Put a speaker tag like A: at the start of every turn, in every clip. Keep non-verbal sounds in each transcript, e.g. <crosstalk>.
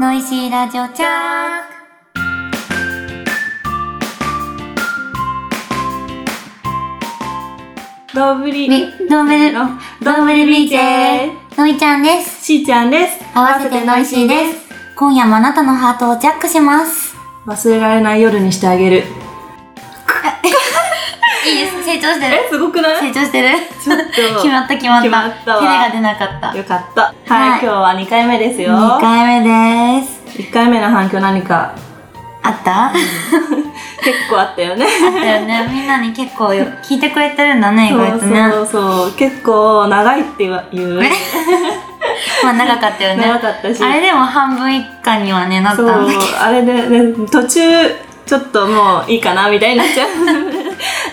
A: ノイシーラジオチャーク
B: どうぶり
A: み、どんぶり、
B: の
A: どんぶりビーチェのいちゃんです。
B: しーちゃんです
A: 合わせてノイシーです。今夜もあなたのハートをジャックします。
B: 忘れられない夜にしてあげる
A: いいです。成長してる。
B: えすごくない
A: 成長してる。
B: ちょっと
A: 決まった決まった。
B: 決まったわ
A: 手が出なかった。
B: よかったはい、
A: はい
B: 今日は2回目ですよ
A: 2回目です。
B: 1回目の反響何か
A: あったあっ
B: 結構あったよね
A: たよ <laughs> ね。みんなに結構よ聞いてくれてるんだね、意
B: そ
A: 外
B: う
A: とね。
B: そうそう結構長いっていう
A: え <laughs> まあ長かったよね。
B: 長かったし
A: あれでも半分以下にはね、なった
B: そ
A: んだ
B: う
A: けど。
B: あれで、ね、途中ちょっともういいかなみたいになっ
A: <laughs>
B: ちゃう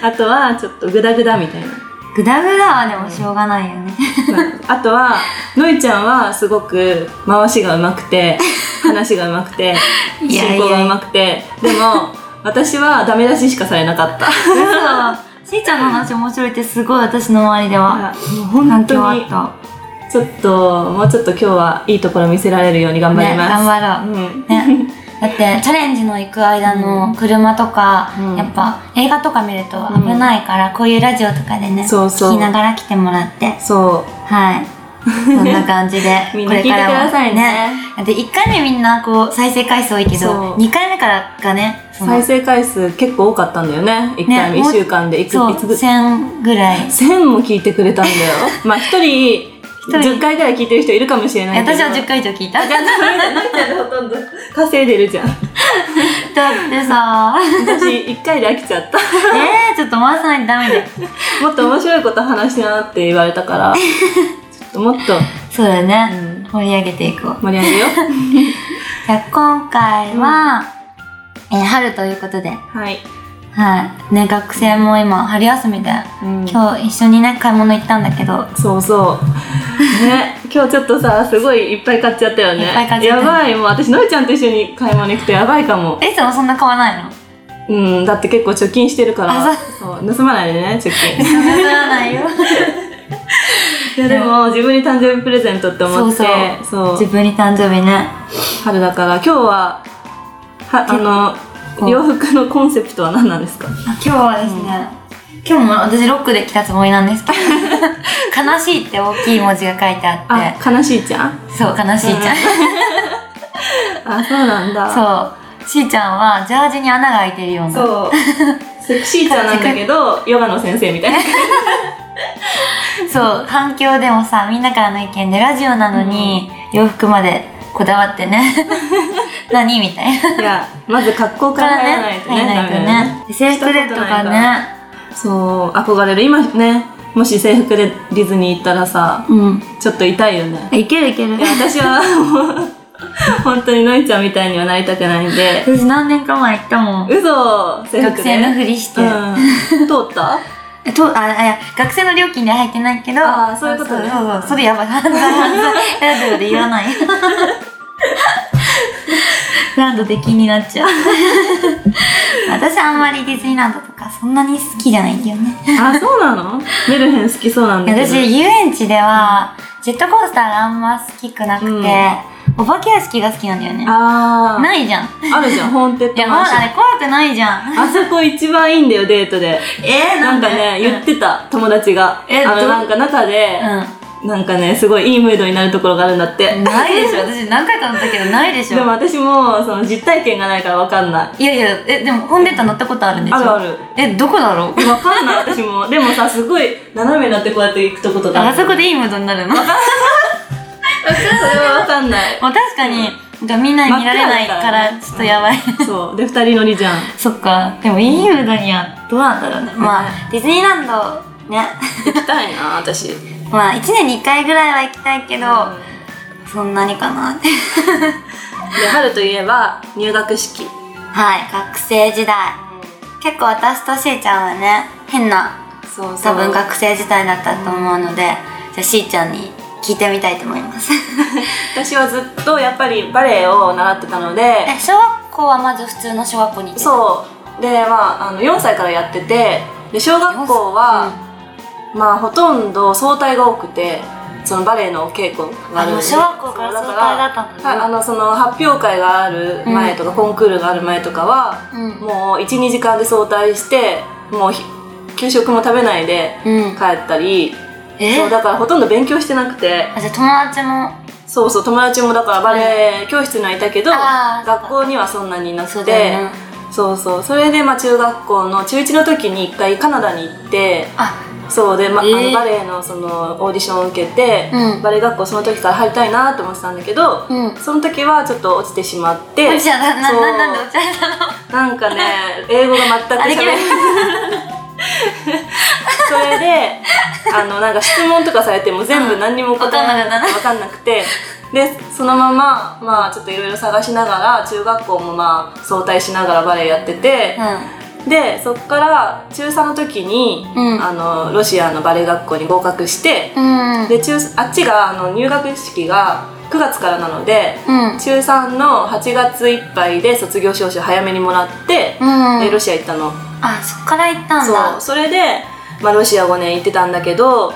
B: あとはちょっとグダグダみたいな
A: グダグダはでもしょうがないよね。
B: <laughs> あとはのいちゃんはすごく回しがうまく
A: <laughs>
B: て話がうまくて
A: いやいや
B: 進行がうまくてでも私はダメ出ししかされ
A: <laughs>
B: なかった
A: そう。しーちゃんの話面白いってすごい私の周りでは。
B: もう
A: 反
B: 本
A: 響
B: 当
A: あ
B: に
A: った。
B: ちょっともうちょっと今日はいいところ見せられるように頑張ります、
A: ね頑張
B: ろう、
A: ね、だってチャレンジの行く間の車とか、
B: うん
A: やっぱ映画とか見ると危ないから、こういうラジオとかでね
B: そうそう
A: 聞きながら来てもらって
B: そ
A: はいそんな感じで
B: <laughs> みんな聞いてくださいね
A: だって1回目みんなこう再生回数多いけ
B: そ
A: ど
B: う
A: 2回目からがね
B: う
A: その
B: 再生回数結構多かったんだよね1回目、
A: ね
B: 1週間でいく
A: そう
B: いつぐ
A: 1000ぐらい
B: 1000も聞いてくれた
A: <laughs>
B: んだよまあ1人
A: 人
B: 10回ぐらい聞いてる人いるかもしれないけど
A: 私は10回以上聞いただっ
B: ほとんど <laughs> 稼いでるじゃん
A: てさ
B: 私一回で飽きちゃっ
A: <laughs>
B: た
A: えー、ちょっと回さないとダメだよ
B: もっと面白いこと話しなって言われたからちょっともっと
A: そうだよね、
B: うん
A: 盛り上げていこう
B: 盛り上げよう
A: じゃあ今回は、えー春ということで、
B: はい、
A: はい。ね、学生も今、春休みで、
B: うん
A: 今日一緒にね、買い物行ったんだけど、
B: そうそうね今日ちょっとさすごいいっぱい買っちゃったよね
A: いっぱい買っちゃった
B: やばいもう私のりちゃんと一緒に買い物行くとやばいかも
A: いつもそんな買わないの
B: うんだって結構貯金してるから
A: あ
B: そう盗まないでね貯
A: <laughs>
B: 金
A: そんな買わないよ。
B: いやでも自分に誕生日プレゼントって思ってそう
A: 自分に誕生日ね。
B: 春だから今日ははあ
A: こ
B: の
A: う
B: 洋服のコンセプトは何なんですか
A: あ今日はですね、今日も私ロックで来たつもりなんですけど、 <laughs> 悲しいって大きい文字が書いてあ
B: あ
A: っ
B: 悲しいちゃん
A: て、そう、悲しいちゃん。
B: あそうなんだ
A: そう、しーちゃんはジャージに穴が開いてるような。
B: そうセクシーちゃんなんだ
A: <laughs>
B: けどヨガの先生みたいな
A: そう反響でもさみんなからの意見でラジオなのに、洋服までこだわって
B: <laughs>
A: ね何みたいな。
B: いやまず格好から入らないとね
A: 入らないと
B: ダメだよ
A: ね。制服でとかね。
B: そう憧れる今ねもし制服でディズニー行ったらさ
A: うん。
B: ちょっと痛いよね
A: いけるいける
B: いや。私はもう <laughs> 本当にのいちゃんみたいにはなりたくないんで
A: 私何年か前行ったもん。
B: 嘘制
A: 学
B: 服
A: 生のふ
B: で
A: りして。
B: うん、通った
A: えとああいや学生の料金で入ってないけど。
B: あーそういうことね
A: そうそうそうそれやばい。犯罪犯罪ラジオで言わない。
B: <laughs>
A: ランドで気になっちゃう。 <laughs> 私あんまりディズニーランドとかそんなに好きじゃないんだよね。
B: あそうなのメルヘン好きそうなんだけど
A: 私遊園地ではジェットコースターがあんま好きくなくて、
B: うん
A: お化け屋敷が好きなんだよね
B: あー
A: ないじゃん
B: あるじゃんホーンテッ
A: いや
B: ド
A: ま
B: マン
A: あ
B: ション
A: あれ怖くないじゃん
B: あそこ一番いいんだよデートで
A: えー、
B: <laughs> なんかね
A: で
B: 言ってた友達が
A: え
B: あ
A: どう
B: のなんか中で
A: うん、
B: なんかねすごいいいムードになるところがあるんだって
A: ないでしょ私何回か乗ったけどないでし
B: で
A: ょ
B: も私もその実体験がないからわかんない
A: いやいやえでもホンデッタ乗ったことあるんでしょ
B: あるある
A: えどこだ
B: <laughs>
A: ろう
B: わかんない私もでもさすごい斜めになってこうやって行くとことか
A: あそこでいいムードになるのま
B: それはわかんない
A: あ確かになんかみんなに見られないからちょっとやばい、
B: そうで二人乗りじゃん
A: そっかでもいいムードにはどうなんだろうねまあディズニーランドね
B: 行きたいな私
A: まあ1年に1回ぐらいは行きたいけど、そんなにかなって <laughs>
B: で春といえば入学式
A: はい学生時代結構私としーちゃんはね変な
B: そうそ
A: 多
B: う
A: 分学生時代だったと思うのでじゃあしーちゃんに聞いてみたいと思います
B: 私はずっとやっぱりバレエを習ってたので
A: <laughs> え小学校はまず普通の小学校に行ってた
B: そうでまああの4歳からやっててで小学校は、まあほとんど早退が多くてそのバレエのお稽古があるんで
A: あ小学校から
B: そう
A: 早退だったんだね
B: はいあのその発表会がある前とか、コンクールがある前とかは、
A: うん
B: もう12時間で早退してもうひ給食も食べないで
A: うん
B: 帰ったり、
A: え
B: そうだからほとんど勉強してなくて
A: あじゃあ友達も
B: そうそう友達もだからバレエ教室にはいたけど、
A: あー
B: 学校にはそんなにいな
A: そ
B: く
A: うだ
B: て
A: よね
B: そうそうそれでまあ中学校の中1の時に一回カナダに行って
A: あ
B: そうで、ま
A: えー
B: あのバレエのそのオーディションを受けて、
A: うん
B: バレエ学校その時から入りたいなと思ってたんだけど、
A: うん
B: その時はちょっと落ちてしまって
A: お茶だな
B: そう
A: ななんでお茶だの
B: なんかね英語が全く喋
A: あ
B: れ
A: できな
B: ないい <laughs> それであのなんか質問とかされても全部何にも答え
A: わかんなかったな
B: わかんなくてでそのまままあちょっといろいろ探しながら中学校もまあ早退しながらバレエやってて、でそっから中3の時に、
A: うん
B: あのロシアのバレエ学校に合格して、
A: うんうん
B: で中あっちがあの入学式が9月からなので、
A: うん
B: 中3の8月いっぱいで卒業証書早めにもらって、
A: うん
B: でロシア行ったの
A: あそっから行ったん
B: そう
A: だ
B: それで、まあ、ロシア5年行ってたんだけど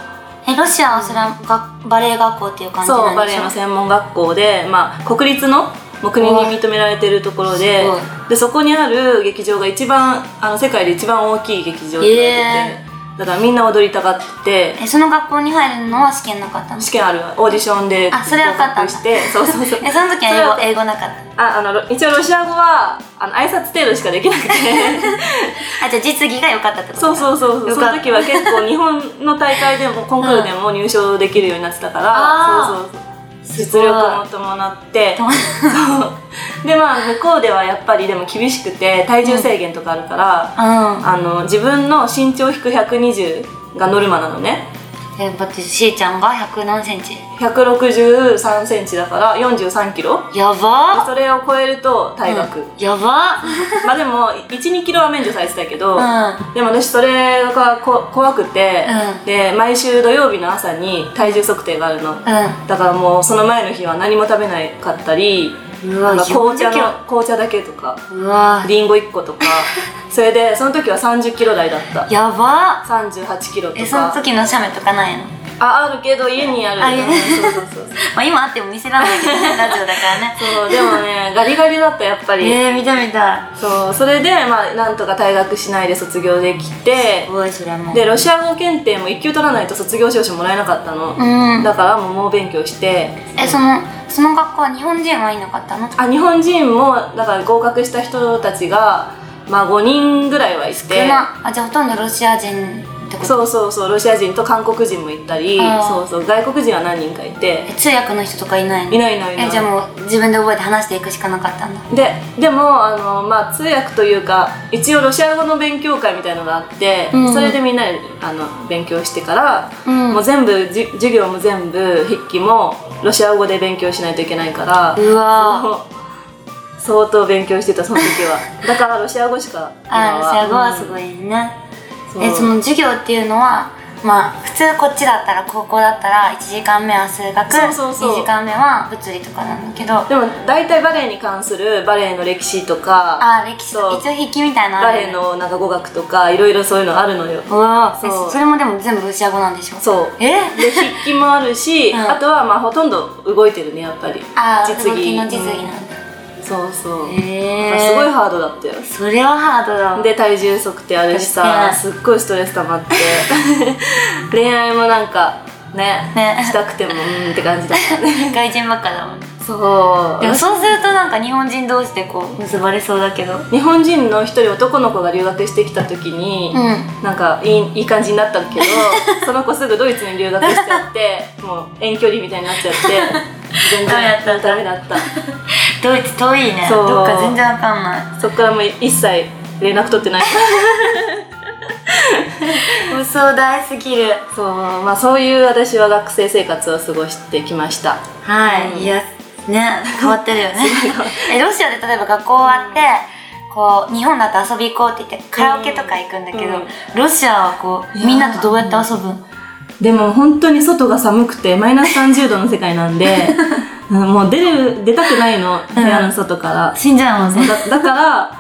A: えロシアはそれはがバレエ学校っていう感じなんでしょ
B: そうバレエの専門学校で、まあ、国立のもう国に認められてるところです
A: ごい
B: でそこにある劇場が一番あの世界で一番大きい劇場って言われてて、
A: え
B: だからみんな踊りたがって
A: えその学校に入るのは試験なかったの
B: 試験あるオーディションで
A: あそれは受かったんだ
B: してそうそうそう
A: えその時
B: それ
A: は
B: は
A: 英語英語なかった
B: ああのろ一応ロシア語はあの挨拶程度しかできなくて
A: あじゃあ実技が良かったってこと
B: そうそうそうそう
A: よ
B: そ
A: かっ
B: の
A: た
B: 時は結構日本の大会でもコンクールでも入賞できるようになってたから、
A: あー
B: そうそうそう
A: す
B: 実
A: ごい
B: 力も伴って
A: 友達
B: そうでまあ向こうではやっぱりでも厳しくて体重制限とかあるから、
A: う
B: あの自分の身長引く120がノルマなのね
A: んえだってしーちゃんが100何センチ
B: 163センチだから43キロ
A: やば
B: それを超えると退学、
A: うんやば
B: まあでも12キロは免除されてたけど、
A: うん
B: でも私それがこ怖くて、
A: うん
B: で毎週土曜日の朝に体重測定があるの、だからもうその前の日は何も食べなかったり、
A: うんうわ
B: まあ紅茶
A: 40キロ
B: の紅茶だけとか
A: うわ
B: りんご1個と
A: <laughs>
B: かそれでその時は3 0キロ台だった
A: やば
B: 3 8キロと
A: えその
B: か
A: 時の写メとかないの
B: ああるけど家にある
A: あ家に
B: そうそうそうそう
A: まあ今あっても見せらんないけどねラジオだからね
B: そうでもねガリガリだったやっぱり、
A: えー、見た見た
B: そうそれでまあなんとか退学しないで卒業できて
A: すごいそれも
B: でロシア語検定も1級取らないと卒業証書もらえなかったの、
A: うん
B: だからもう猛勉強して
A: えそのその学校は日本人はいなかったの
B: あ日本人もだから合格した人たちがまあ5人ぐらいはいて
A: 今あじゃあほとんどロシア人ってこと
B: そうそうそうロシア人と韓国人もいたり
A: あー
B: そうそう外国人は何人かいて
A: え通訳の人とかいないの
B: いないいないいない
A: えじゃあもう自分で覚えて話していくしかなかったんだ
B: ででもあの、まあ、通訳というか一応ロシア語の勉強会みたいのがあって、
A: うん
B: それでみんなであの勉強してから、
A: うん
B: もう全部じ授業も全部筆記もロシア語で勉強しないといけないから
A: うわ
B: <laughs>
A: ー
B: そう相当勉強してたその時 <laughs> はだからロシア語しか
A: あロシア語はす
B: い、
A: ごいね、
B: そう
A: えその授業っていうのはまあ普通こっちだったら高校だったら1時間目は数学
B: そうそうそう
A: 2時間目は物理とかなんだけど
B: でも大体バレエに関するバレエの歴史とか
A: あ歴史
B: そう
A: と一応筆記みたいなのあ
B: バ
A: るよ
B: レ
A: ね
B: エのなんか語学とかいろいろそういうのあるのよ
A: うわ
B: そう
A: えそれもでも全部ロシア語なんでしょ
B: そう
A: え
B: で筆記もある <laughs> し、
A: うん
B: あとはまあほとんど動いてるねやっぱり
A: あ
B: 実
A: 動き
B: 技
A: の実技なんだ
B: うんそうそう、
A: へー
B: すごいハードだったよ
A: それはハードだわ
B: で体重測定あるしさ
A: ス
B: すっごいストレス溜ま <laughs> って恋愛もなんかね
A: ね
B: したくてもうーんって感じだったね
A: 外人ばっかだもん
B: そう
A: でもそうするとなんか日本人同士でこう結ばれそうだけど
B: 日本人の一人男の子が留学してきた時に、
A: う
B: なんかいいいい感じになった
A: <laughs>
B: けどその子すぐドイツに留学しちゃってもう遠距離みたいになっちゃって全
A: ダメだった
B: 然ダメだった
A: ドイツ遠いね
B: そう
A: どっか全然わかんない
B: そっからもう一切連絡取ってない
A: 嘘大すぎる
B: そうまあそういう私は学生生活を過ごしてきました
A: はい、
B: うん
A: いやね変わってるよね <laughs> えロシアで例えば学校終わって、こう日本だと遊び行こうって言ってカラオケとか行くんだけど、
B: うん
A: ロシアはこ
B: いうやー
A: みんなとどうやって遊ぶん
B: でも本当に外が寒くてマイナス30度の世界な
A: <laughs>
B: んでうんもう出る出たくないの部屋の外から、
A: 死んじゃうもん
B: そう
A: ね
B: だだから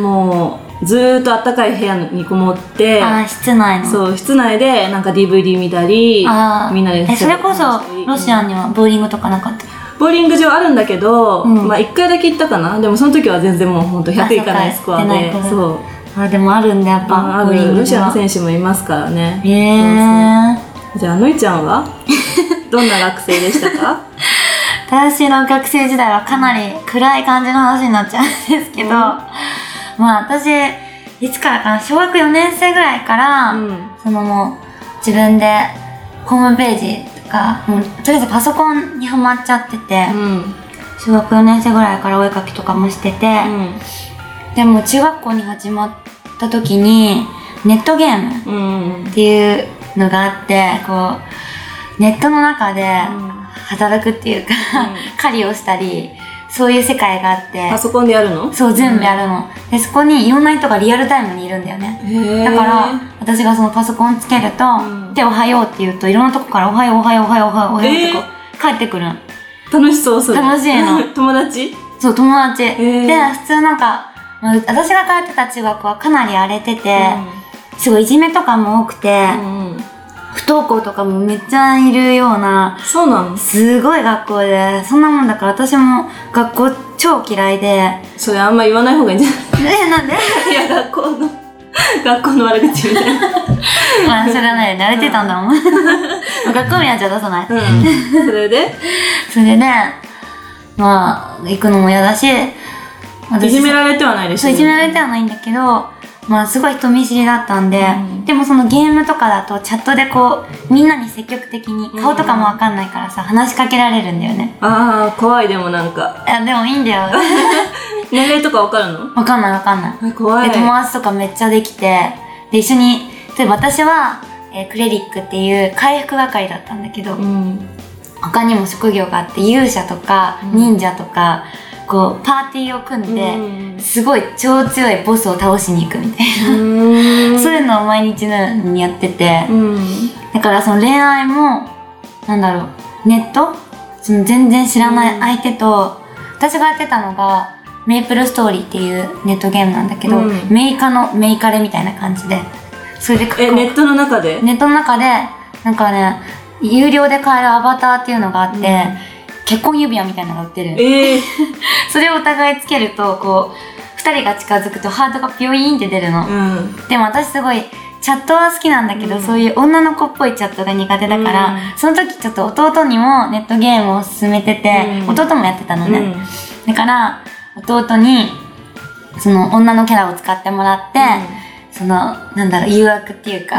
B: もうずーっと暖かい部屋にこもって
A: あー室内の
B: そう室内でなんか DVD 見たり
A: あー
B: みんなで
A: えそれこそロシア
B: ン
A: にはボーリングとかなかった
B: ボーリング場あるんだけど、
A: うん
B: まあ1回だけ行ったかなでもその時は全然もうほんと100いかない
A: あ
B: ス
A: そっ
B: コ
A: か
B: ア
A: 行って
B: で
A: ないから
B: そう
A: あでもあるんだやっ
B: あ
A: ぱ
B: あ
A: ボーリン
B: る
A: グ
B: ロシアの
A: 手
B: 選手もいますからね
A: へえー、
B: じゃあのいちゃ
A: <laughs>
B: んはどんな学生でしたか
A: 私の学生時代はかなり暗い感じの話になっちゃうんですけど、
B: うん
A: まあ私いつからかな小学4年生ぐらいから、
B: うん
A: そのもう自分でホームページとかもうとりあえずパソコンにはまっちゃってて、
B: うん
A: 小学4年生ぐらいからお絵かきとかもしてて、でも中学校に始まった時にネットゲーム
B: うんうん
A: っていうのがあってこうネットの中で働くっていうか、
B: う
A: 狩りをしたりそういう世界があって
B: パソコンでやるの
A: そう全部やるの、でそこにいろんな人がリアルタイムにいるんだよね
B: へー
A: だから私がそのパソコンつけると「
B: ん
A: でおはよう」って言うといろんなとこから「おはようおはようおはようおはよう」おはようってこう帰ってくるの
B: 楽しそうそれ
A: 楽しいの
B: <laughs> 友達
A: そう友達、
B: ー
A: で普通なんかまあ私が通ってた中学はかなり荒れてて、すごいいじめとかも多くて、
B: うんうん
A: 不登校とかもめっちゃいるような
B: そうなの
A: すごい学校でそんなもんだから私も学校超嫌いでえ
B: それあんま言わない方がいいんじゃな
A: なんで <laughs>
B: <laughs> いいや学校の学校の悪口みたいな
A: まあしょうがないよね慣れてたんだもん学校名はじゃ出さない、
B: うんそれで
A: それでまあ行くのも嫌だし私
B: いじめられてはないでし
A: そ
B: ょ
A: ういじめられてはないんだけどまあすごい人見知りだったんで、
B: うん
A: でもそのゲームとかだとチャットでこうみんなに積極的に顔とかもわかんないからさ話しかけられるんだよね
B: ああ怖いでもなんか
A: いやでもいいん
B: <laughs>
A: だよ
B: 年齢とかわかるの
A: わかんないわかんない
B: あ怖い
A: で友達とかめっちゃできてで一緒に例えば私は、えークレリックっていう回復係だったんだけど、
B: うん
A: 他にも職業があって勇者とか
B: うん
A: 忍者とか、こうパーティーを組んで、
B: うん
A: すごい超強いボスを倒しに行くみたいな、そういうのを毎日のようにやってて、
B: うん
A: だからその恋愛もなんだろうネットその全然知らない相手と、私がやってたのがメイプルストーリーっていうネットゲームなんだけど、
B: うん
A: メイカのメイカレみたいな感じでそれでこ
B: えネットの中で
A: ネットの中でなんかね有料で買えるアバターっていうのがあって、
B: うん
A: 結婚指輪みたいなのが売ってる
B: ええ
A: それをお互いつけるとこう2人が近づくとハートがピョイーンって出るの、
B: うん
A: でも私すごいチャットは好きなんだけど、
B: うん
A: そういう女の子っぽいチャットが苦手だから、
B: う
A: その時ちょっと弟にもネットゲームを勧めてて、
B: うん
A: 弟もやってたの
B: う
A: ね、
B: ん
A: だから弟にその女のキャラを使ってもらって、そのなんだろう誘惑っていうか、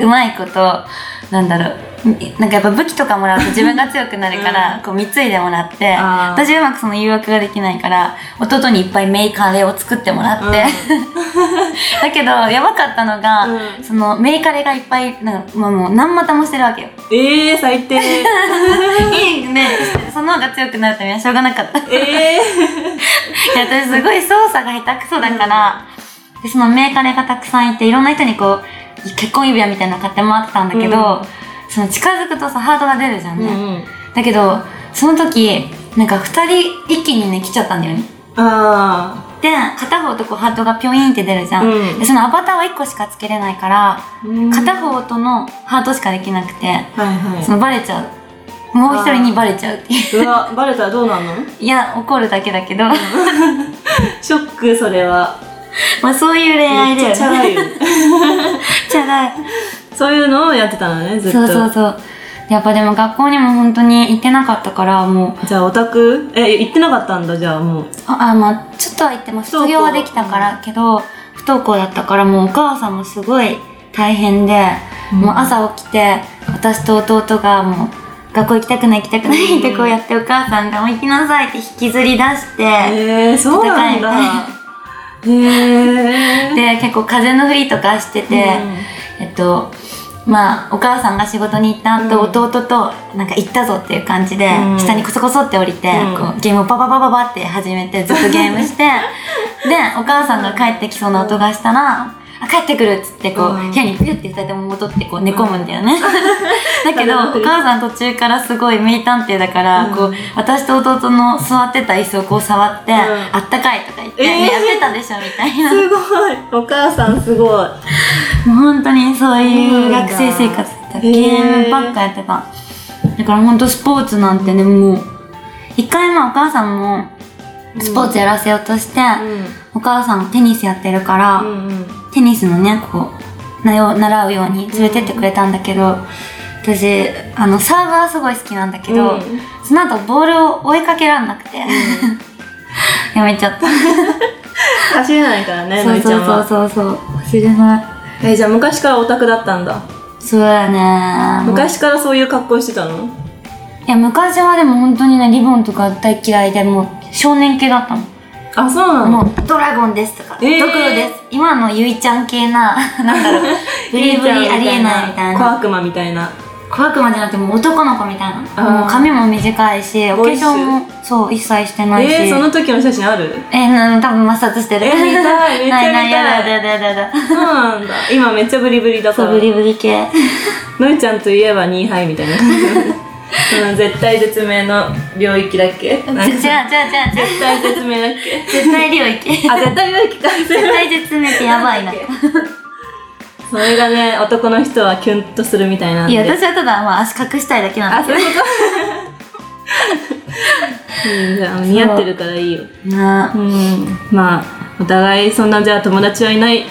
A: うまいことなんだろうなんかやっぱ武器とかもらうと自分が強くなるから、こう貢いでもらって
B: あー
A: 私はうまくその誘惑ができないから弟にいっぱいメイカレを作ってもらって、
B: うん
A: <laughs> だけどやばかったのが、
B: うん
A: そのメイカレがいっぱいなんか、まあ、もう何股もしてるわけよ
B: ええ最 <laughs> 低
A: <laughs> いいねその方が強くなるためにはしょうがなかった
B: ええ
A: いや私すごい操作が下手くそだから、でそのメーカーがたくさんいていろんな人にこう結婚指輪みたいなの買って回ってたんだけど、
B: うん
A: その近づくとさハートが出るじゃんね、
B: うん
A: だけどその時なんか2人一気にね来ちゃったんだよね
B: あ
A: で片方とこうハートがピョインって出るじゃん、
B: うん
A: でそのアバターは1個しかつけれないから
B: あうん
A: 片方とのハートしかできなくて
B: はいはい
A: そのバレちゃうもう一人にバレちゃうっていう
B: うわバレたらどうなん <laughs> の
A: いや怒るだけだけど
B: ショックそれは
A: <laughs> まあそういう恋愛だ
B: め
A: よ
B: っちゃチャ
A: ね
B: ラいよ
A: チャラい
B: <laughs> そういうのをやってたのねずっと
A: そうそうそうやっぱでも学校にも本当に行ってなかったからもう
B: じゃあオタクえ行ってなかったんだじゃあもう
A: ああまあちょっとは行っても
B: 登校
A: 卒業はできたからけど不登校だったからもうお母さんもすごい大変で、
B: うん
A: もう朝起きて私と弟がもう学校行きたくない行きたくないってこうやってお母さんが「もう行きなさい」って引きずり出して、
B: ええそうなんだへえ
A: で結構風のふりとかしてて、えっとまあお母さんが仕事に行った後、
B: うん
A: 弟となんか行ったぞっていう感じで、
B: うん
A: 下にコソコソって降りて、
B: うん
A: こうゲームをパパパパ
B: <laughs>
A: パって始めてずっとゲームしてでお母さんが帰ってきそうな音がしたらあ帰ってくるっつってこう、
B: うん
A: 部屋にピュって二人とも戻ってこう寝込むんだよね、 <laughs> だけど
B: なるほ
A: お
B: ど
A: 母さん途中からすごい名探偵だから、
B: うん
A: こう私と弟の座ってた椅子をこう触って、
B: ん
A: あったかいとか言って、
B: えー
A: ねやってたでしょみたいな
B: すごいお母さんすごい
A: もう本当にそういう学生生活だった
B: へー
A: ゲームばっかやってただから本当スポーツなんてねもう一回まあお母さんもスポーツやらせようとして、
B: う
A: お母さんテニスやってるから、
B: んうん
A: テニスのねこうなよ習うように連れてってくれたんだけど私あのサーバーすごい好きなんだけど、
B: うん
A: その後ボールを追いかけらんなくて、 <laughs> やめちゃった
B: 走れないからね
A: そ
B: の
A: う
B: りち
A: そ
B: ゃ
A: う
B: ん
A: そう
B: は
A: そうそう忘れない
B: えじゃあ昔からオタクだったんだ
A: そうだね
B: 昔からそういう格好してたの
A: いや昔はでも本当にねリボンとか大嫌いでもう少年系だったの、
B: あそうなの
A: もうドラゴンですとか、
B: えー
A: ドクロです今のゆいちゃん系な <laughs> なんだ
B: <laughs>
A: ろうブリブリありえないみたい
B: 小
A: な
B: 悪魔みたいな
A: 怖くまでなってもう男の子みたい
B: あー
A: なもう髪も短いしお化
B: ボイス
A: 粧もそう一切してないし
B: えー、その時の写真
A: <laughs>
B: ある
A: えーな多分摩擦してる
B: えー見
A: <laughs>
B: たいめっちゃ見た
A: ない
B: い
A: ないやだやだやだやだ
B: そうなんだ今めっちゃブリブリだか
A: そう
B: ら
A: ブリブリ系
B: のりちゃんといえば2杯みたいなその絶対絶命の領域だっ
A: <laughs>
B: け
A: 違う違う
B: なんか
A: 違う違う
B: 絶対絶命だっけ
A: 絶対領域
B: <laughs> あ絶対領域か
A: 絶対絶命ってやばいな
B: それがね男の人はキュンとするみたいなん
A: い
B: で
A: や私はただ、まあ、足隠したいだけなん
B: あ
A: だ
B: そういうこと、うん、じゃあ似合ってるからいいよ
A: けどなあ
B: うんまあお互いそんなじゃあ友達はいない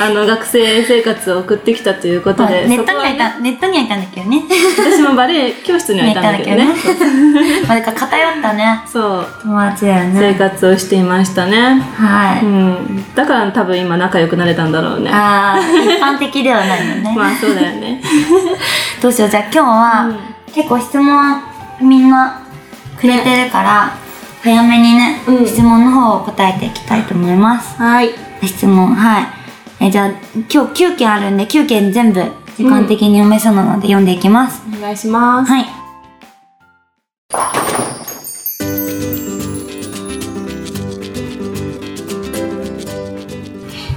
B: あの学生生活を送ってきたということ
A: まあ
B: で、
A: ネッ
B: そ
A: トに
B: こは
A: はいた、ネットにはいたんだけどね。
B: 私もバレエ教室にはいたんだ
A: <laughs>
B: けど
A: に
B: ね
A: はいたんだ
B: <laughs>
A: まあ、だから偏ったね、
B: そう
A: 友達だよ
B: 生
A: ね。
B: 活をしていましたね、
A: は
B: う
A: い。
B: ん、だから多分今仲良くなれたんだろうね
A: ああ、一般的ではないよね。
B: まあそうだよ
A: <laughs>
B: ね
A: どうしよう、じゃあ今日は、結構質問みんなくれてるから、早めにね、
B: うん
A: 質問の方を答えていきたいと思います。
B: はい
A: 質問、はい。えじゃあ今日9件あるんで、9件全部時間的に読めそうなので読んでいきます。
B: お願いします
A: はい。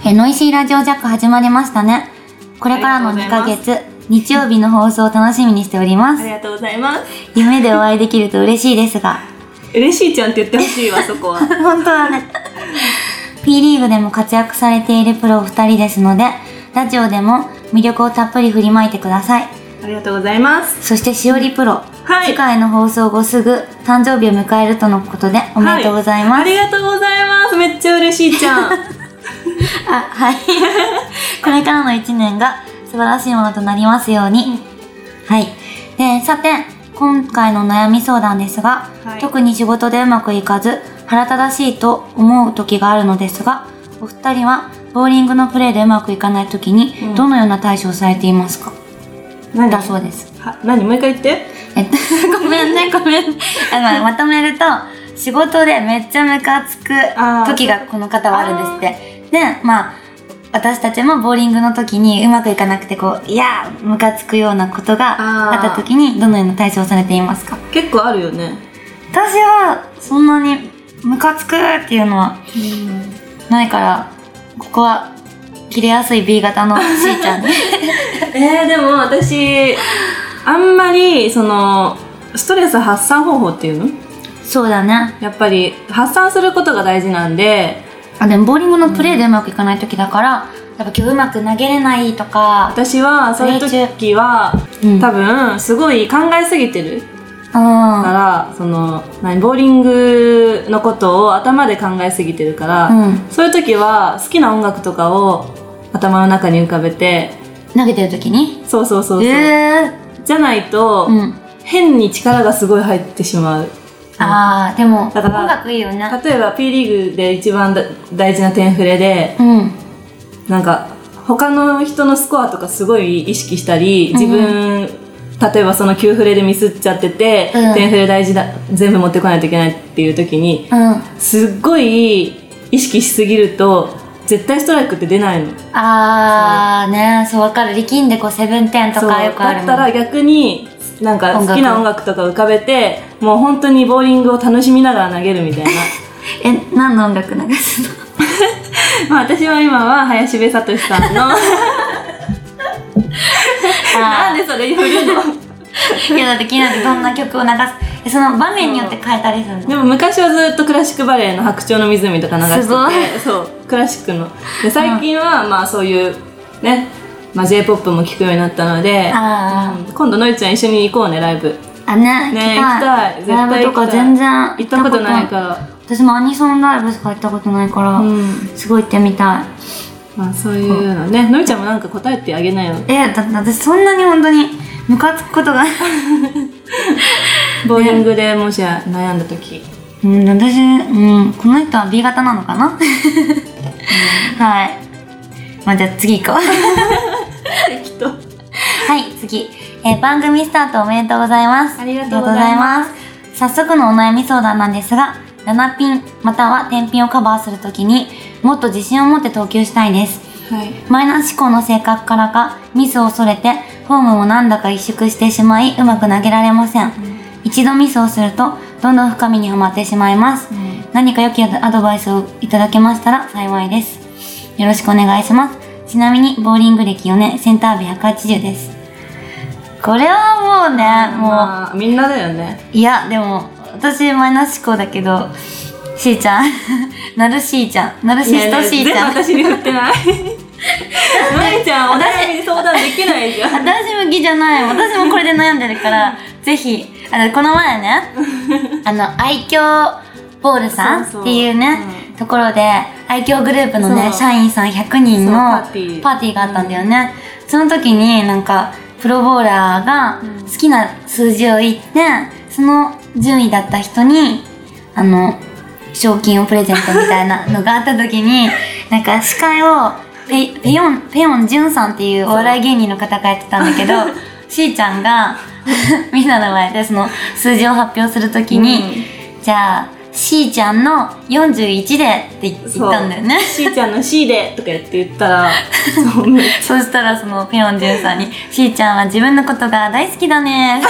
A: えーノイシーラジオジャック始まりましたね。これからの
B: あり
A: 2
B: がと
A: ヶ
B: うございます
A: 月、日曜日の放送を楽しみにしておりま
B: あ
A: す
B: り。がとうございます
A: 夢でお会いできると嬉しいです
B: <laughs>
A: が、
B: 嬉しいちゃんって言ってほしいわそこ
A: <laughs>
B: は
A: 本当だね。P リーグでも活躍されているプロお二人ですので、ラジオでも魅力をたっぷり振りまいてください。
B: ありがとうございます
A: そしてしおりプロ、
B: はい
A: 次回の放送後すぐ誕生日を迎えるとのことでおめでとうございます。
B: ありがとうございますめっちゃ嬉しいち
A: <laughs>
B: ゃん
A: あはい、 <laughs> これからの1年が素晴らしいものとなりますように。はい。で、さて、今回の悩み相談ですが、
B: はい
A: 特に仕事でうまくいかず腹立たしいと思う時があるのですが、お二人はボーリングのプレーでうまくいかない時
B: うん
A: にどのような対処をされていますか、
B: 何
A: だそうです。
B: は何もう一回言って
A: えっと、 <laughs> ごめんね、ごめんね。あ <laughs> まあまとめると、仕事でめっちゃムカつく
B: あー
A: 時がこの方はあるんですって。で、まあ、私たちもボーリングの時にうまくいかなくて、こう、いやー、ムカつくようなことが
B: あー
A: あった時に、どのような対処をされていますか
B: 結構あるよね
A: 私は、そんなにムカつくっていうのはないから、ここは、切れやすい B 型のしー
B: <laughs>
A: ちゃんに。
B: えー、でも私あんまりそのストレス発散方法っていうの
A: そうだね。
B: やっぱり発散することが大事なんで
A: あでもボーリングのプレーでうまくいかない時だから、やっぱ今日うまく投げれないとか、
B: 私はそういう時は
A: うん
B: 多分すごい考えすぎてるか
A: あ
B: らその何ボーリングのことを頭で考えすぎてるから、
A: あうん
B: そういう時は好きな音楽とかを頭の中に浮かべて
A: 投げてる時に
B: そうそうそうそう、
A: え
B: じゃない
A: ー
B: と、
A: うん
B: 変に力がすごい入ってしまう
A: ああでも
B: だから
A: 音楽いいよね
B: 例えば P リーグで一番だ大事な点触れで
A: うん
B: なんか他の人のスコアとかすごい意識したり
A: うん
B: 自分、例えばその9フレでミスっちゃってて、
A: うん
B: 点フレ大事だ全部持ってこないといけないっていう時に
A: うん
B: すっごい意識しすぎると絶対ストライクって出ないの
A: ああねそうわかる力んでこうセブンテンと
B: そう
A: かよくある
B: だ
A: も
B: っ
A: ん
B: たら逆になんか
A: 音楽
B: 好きな音楽とか浮かべて
A: <laughs>
B: もう本当にボーリングを楽しみながら投げるみたいな
A: え何の音楽流すの
B: まあ私は今は林部聡さんの <laughs> なんでそれ言うの
A: いやだって気になってどんな曲を流すえその場面によって変えたりする
B: で
A: の
B: も昔はずっとクラシックバレエの「白鳥の湖」とか流してて
A: すごい
B: そうクラシックので最近はまあそういうね、まあ、j p o p も聴くようになったので、
A: あ
B: うん今度のりちゃん一緒に行こうねライブ
A: あね
B: ね行きたい絶対
A: ライブとか
B: 行きたい
A: 全然
B: 行ったことないから、
A: 私もアニソンライブしか行ったことないから、
B: うん
A: すごい行ってみたい
B: まあ、そういうのねのりちゃんもなんか答えてあげなよ
A: えだって私そんなに本当にムカつくことが
B: ボーリングでもし悩んだ時、
A: うん私、うん、この人は B 型なのかな、
B: <laughs>
A: はいまあじゃあ次
B: <laughs>
A: 行こう
B: きっと
A: はい、次。えー番組スタートおめでとうございます。
B: ありがとうござ
A: あ
B: い
A: りがとうございます。早速のお悩み相談なんですが、7ピンまたは10ピンをカバーするときにもっと自信を持って投球したいです。
B: はい
A: マイナス思考の性格からかミスを恐れてフォームもなんだか萎縮してしまいうまく投げられません、一度ミスをするとどんどん深みにはまってしまいます、
B: ん
A: 何か良きアドバイスをいただけましたら幸いですよろしくお願いしますちなみにボーリング歴4年センター日180ですこれはもうねもう、
B: まあみんなだよね
A: いやでも私マイナス思考だけどしーちゃん <laughs> なるしーちゃんなるし
B: い
A: ー
B: や
A: と
B: い
A: し
B: や
A: ー
B: 全
A: ち
B: 部
A: ゃん
B: 私に振って <laughs> ないのりちゃんお悩みに相談できないじゃん
A: 私も義じゃない私もこれで悩んでるからぜひあのこの前ねあの愛嬌ボールさん
B: そうそう
A: っていうねところで愛嬌グループのね
B: そう
A: 社員さん100人
B: そう
A: の
B: パーティー
A: パーティーがあったんだよね、その時になんかプロボーラーが
B: うん
A: 好きな数字を言ってその順位だった人にあの賞金をプレゼントみたいなのがあった時になんか司会をペペヨンペヨンジュンさんっていうお笑い芸人の方がやってたんだけどしーちゃんが <laughs> みんなの前でその数字を発表する時に、じゃあしーちゃんの41でって言言ったんだよね。
B: しーちゃんの C でとかやって言ったらそうめっち
A: そしたらそのペヨンジュンさんに「しーちゃんは自分のことが大好きだね」
B: ゃ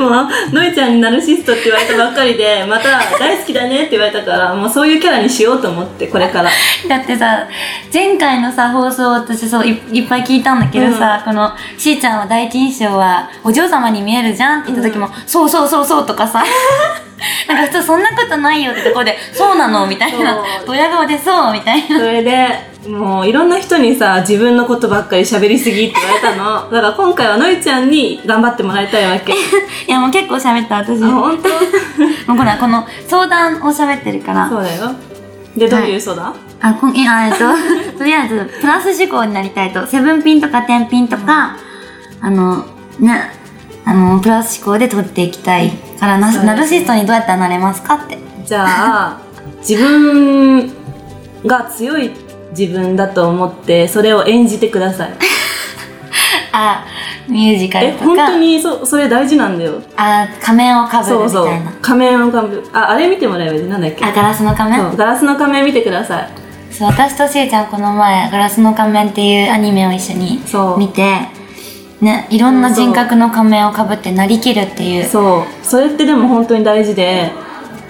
B: もうのりちゃんにナルシストって言われたばっかりでまた大好きだねって言われたからもうそういうキャラにしようと思ってこれから
A: だってさ前回のさ放送私そういいっぱい聞いたんだけどさ、このしーちゃんは第一印象はお嬢様に見えるじゃんって言った時も「そうそうそうそう」とか <laughs> さなんか普通そんなことないよってとこで「そうなの」みたいな
B: そう
A: ドヤ顔で「そう」みたいな
B: それでもういろんな人にさ自分のことばっかり喋りすぎって言われたのだから今回はのりちゃんに頑張ってもらいたいわけ
A: いやもう結構喋った私
B: あ
A: もう
B: 本当
A: ほらこの相談を喋ってるから
B: そうだよでどういう嘘だ、
A: あ、こん、いや、えっと、
B: <laughs>
A: とりあえず、プラス思考になりたいと、セブンピンとかテンピンとか、あの、ね、あの、プラス思考で取っていきたいから、ナ
B: そ
A: ス
B: うです
A: ナ
B: ね
A: ルシストにどうやったらなれますかって。
B: じゃあ自分が強い自分だと思ってそれを演じてください
A: あ、ミュージカ
B: え
A: ルと
B: 本
A: か
B: 当、にそそれ大事なんだよ
A: あ、仮面をかぶる
B: そ
A: み
B: うそう
A: たいな。
B: 仮面をかぶああれ見てもらえばいいなんだっけ
A: あ、ガラスの仮面
B: そうガラスの仮面見てください
A: そう私としーちゃんこの前「ガラスの仮面」っていうアニメを一緒に
B: そう
A: 見てねいろんな人格の仮面をかぶってなりきるっていう
B: そうそれってでも本当に大事で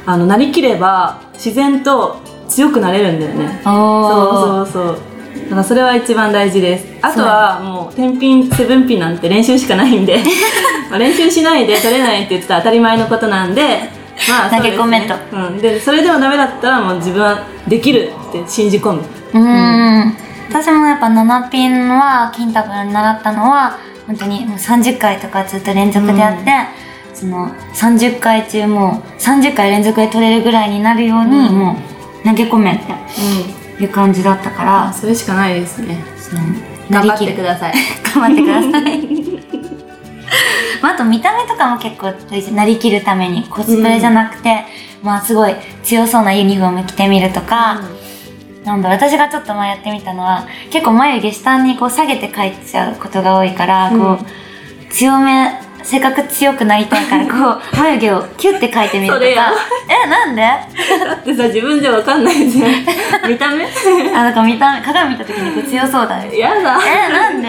B: あのなりきれば自然と強くなれるんだよね
A: おお
B: そうそうそうだからそれは一番大事ですあとはもう天品セブンピンなんて練習しかない
A: <laughs>
B: んでまあ練習しないで取れないって言ってたら当たり前のことなんでまあ
A: 投げ込めと
B: そうですねうん、でそれでもダメだったらもう自分はできるって信じ込む
A: うーん、私もやっぱ7ピンは金太郎に習ったのは本当にもう30回とかずっと連続でやって、その30回中もう30回連続で取れるぐらいになるようにもう投げ込めっていう感じだったか
B: あ
A: ら、
B: それしかないですね
A: その
B: 頑張
A: な
B: っ
A: りき
B: て
A: る
B: くだ <laughs> さい
A: 頑張ってください。 <laughs> まあ、あと見た目とかも結構大事なりきるためにコスプレじゃなくて、まあすごい強そうなユニフォーム着てみるとか、なんだろう私がちょっと前やってみたのは結構眉毛下にこう下げて描いちゃうことが多いから、こう強めせっかく強くなりたい
B: <laughs>
A: からこう眉毛をキュッて描いてみると
B: それや
A: か <laughs> えなんで
B: だってさ自分じゃわかんないじゃん <laughs> 見た目
A: あなんか見た目鏡見た時にこう強そうだね
B: やだ
A: えなんで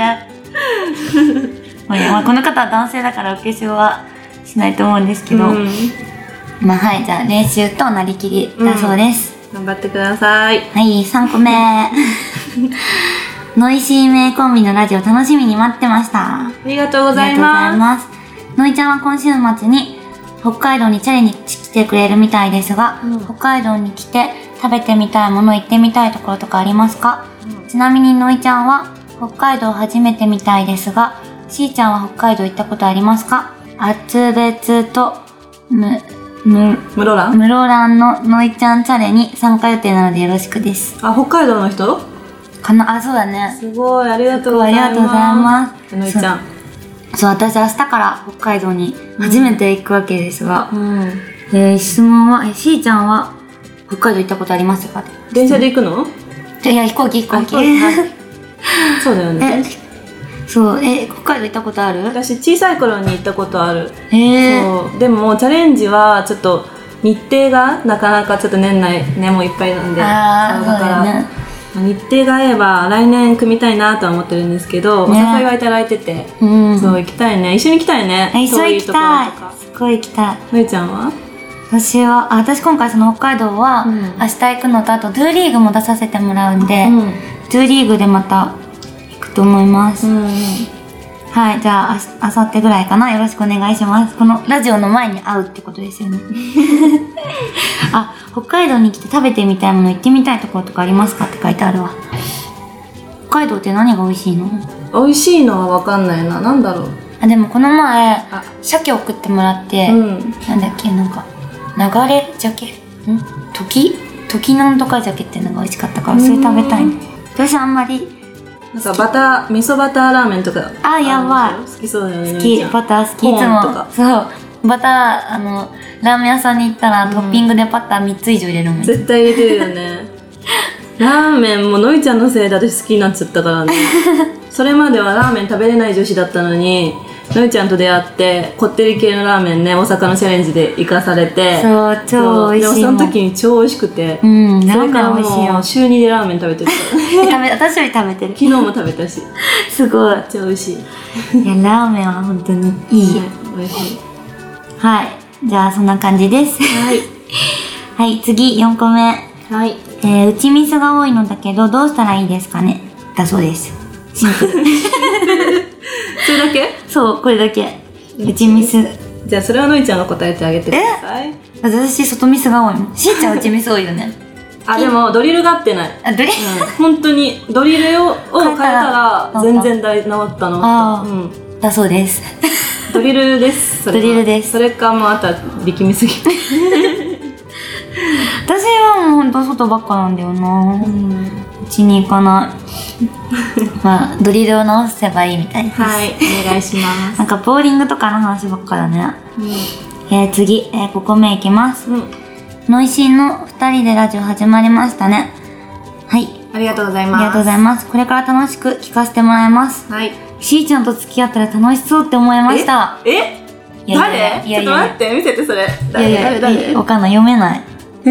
A: <laughs> まあいやまあこの方は男性だからお化粧はしないと思うんですけど、
B: うん
A: まあはいじゃあ練習となりきりだそうです、
B: 頑張ってください
A: はい、3個目。
B: <laughs>
A: ノイシー名コンビのラジオ楽しみに待ってました。あ
B: ありがとうご
A: りが
B: ざ
A: とござ
B: いう
A: い
B: ま
A: ます。のいちゃんは今週末に北海道にチャレに来てくれるみたいですが、
B: うん
A: 北海道に来て食べてみたいもの行ってみたいところとかありますか
B: す
A: ちなみにのいちゃんは北海道初めてみたいですが、しーちゃんは北海道行ったことありますか厚別とむ、む、
B: 室蘭
A: 室蘭ののいちゃんチャレに参加予定なのでよろしくです。
B: あ北海道の人
A: かなあそうだね
B: すごいありがとうござい
A: ありがとうござい
B: ま
A: ますす
B: のいちゃん
A: そう私明日から北海道に初めて行くわけですが、
B: うん
A: えー質問はえしーちゃんは北海道行ったことありますかって
B: 電車で行くの
A: いや飛行機飛行機
B: あ飛行そうだよ
A: <laughs> え
B: ね
A: そうえ北海道行ったことある
B: 私小さい頃に行ったことある
A: えー、
B: そうでもチャレンジはちょっと日程がなかなかちょっと年内年もいっぱいなんで
A: ああ
B: そう
A: そう
B: だか
A: だ
B: ら
A: よね
B: 日程が合えば来年組みたいなとは思ってるんですけど、
A: ね
B: お誘いはいただいてて、
A: うん
B: そう行きたいね一緒に行きたいね
A: え一緒に行きたい
B: そううところとか
A: すごい行きたい
B: のりちゃんは
A: 私はあ私今回その北海道は、
B: うん
A: 明日行くのとあとドゥーリーグも出させてもらうんで、
B: うん、
A: ドゥーリーグでまた行くと思います、
B: うん、
A: はい、じゃあ、あしあさってぐらいかな。よろしくお願いします。このラジオの前に会うってことですよ
B: <laughs>
A: ね。あ、北海道に来て食べてみたいもの、行ってみたいところとかありますかって書いてあるわ。北海道って何が美味しいの
B: 美味しいのは分かんないななんだろう
A: あ、でもこの前
B: あ、
A: 鮭送ってもらって、
B: うん
A: なんだっけ、なんか、流れ鮭ん時時なんとか鮭っていうのが美味しかったから、それ食べたいね。私あんまり
B: なんかバター味噌バターラーメンとか
A: あやばい
B: るんですよ好きそうだよ
A: 好
B: ねのりち
A: き
B: ゃん
A: バター好き
B: コー
A: い
B: ン
A: つ
B: と
A: も
B: か
A: そうバターあのラーメン屋さんに行ったら、トッピングでバター3つ以上入れるもん
B: 絶対入れてるよ
A: <laughs>
B: ねラーメンものいちゃんのせいで私好きになっちゃったからねそれまではラーメン食べれない女子だったのにのいちゃんと出会ってこってり系のラーメンね大阪のチャレンジで行かされて
A: そう超美味しい
B: で
A: もん
B: もその時に超美味しくて、
A: うん
B: そ
A: ラー
B: れ
A: メ
B: から
A: ン美味しい
B: も
A: よ
B: う週2でラーメン食べ
A: <laughs>
B: てる昨
A: 食べ私より食べてる
B: 日も食べたし
A: すごいいや
B: めっちゃ美味しい、
A: ラーメンは本当にいいよ
B: 美味しい
A: はいじゃあそんな感じです
B: はい
A: はい次4個目
B: はい
A: えー、打ちミスが多いのだけどどうしたらいいですかねだそうですシンプ <laughs> ル
B: それだけ
A: そうこれだけ打ちミス
B: じゃあそれはのいちゃんが答えてあげてください
A: 私外ミスが多いもんしーちゃん打ちミス多いよね
B: あでもドリルが合ってない
A: あどれ
B: 本当にドリルをを変
A: 変え
B: えた
A: たら
B: ら全然大治ったの
A: あー
B: うん、
A: だそうです。
B: ドリルですそれ
A: <laughs>
B: は
A: ドリルです
B: それかもうあとは力みすぎ、
A: 私はもうほんと外ばっかなんだよな。 <laughs> うちに行か
B: <laughs>
A: ない。まあ、ドリルを直せばいいみたいです。
B: はいお願いしま
A: なんか、ボーリングとかの話ばっかだね。
B: す
A: えー、次、えー、5個目いきます。
B: うん、
A: ノイシーの2人でラジオ始まりましたね。はい。
B: ありがとうござい
A: ありがとうござい
B: ま
A: ます。これから楽しく聞かせてもらいます。
B: すはい
A: しーちゃんと付き合ったら楽しそうって思いました。
B: ええ
A: いや
B: 誰
A: いやいやいやいや
B: ちょっと待って見せてそれ
A: いや
B: 誰
A: いや
B: 誰誰
A: えわかんない。読めない。
B: え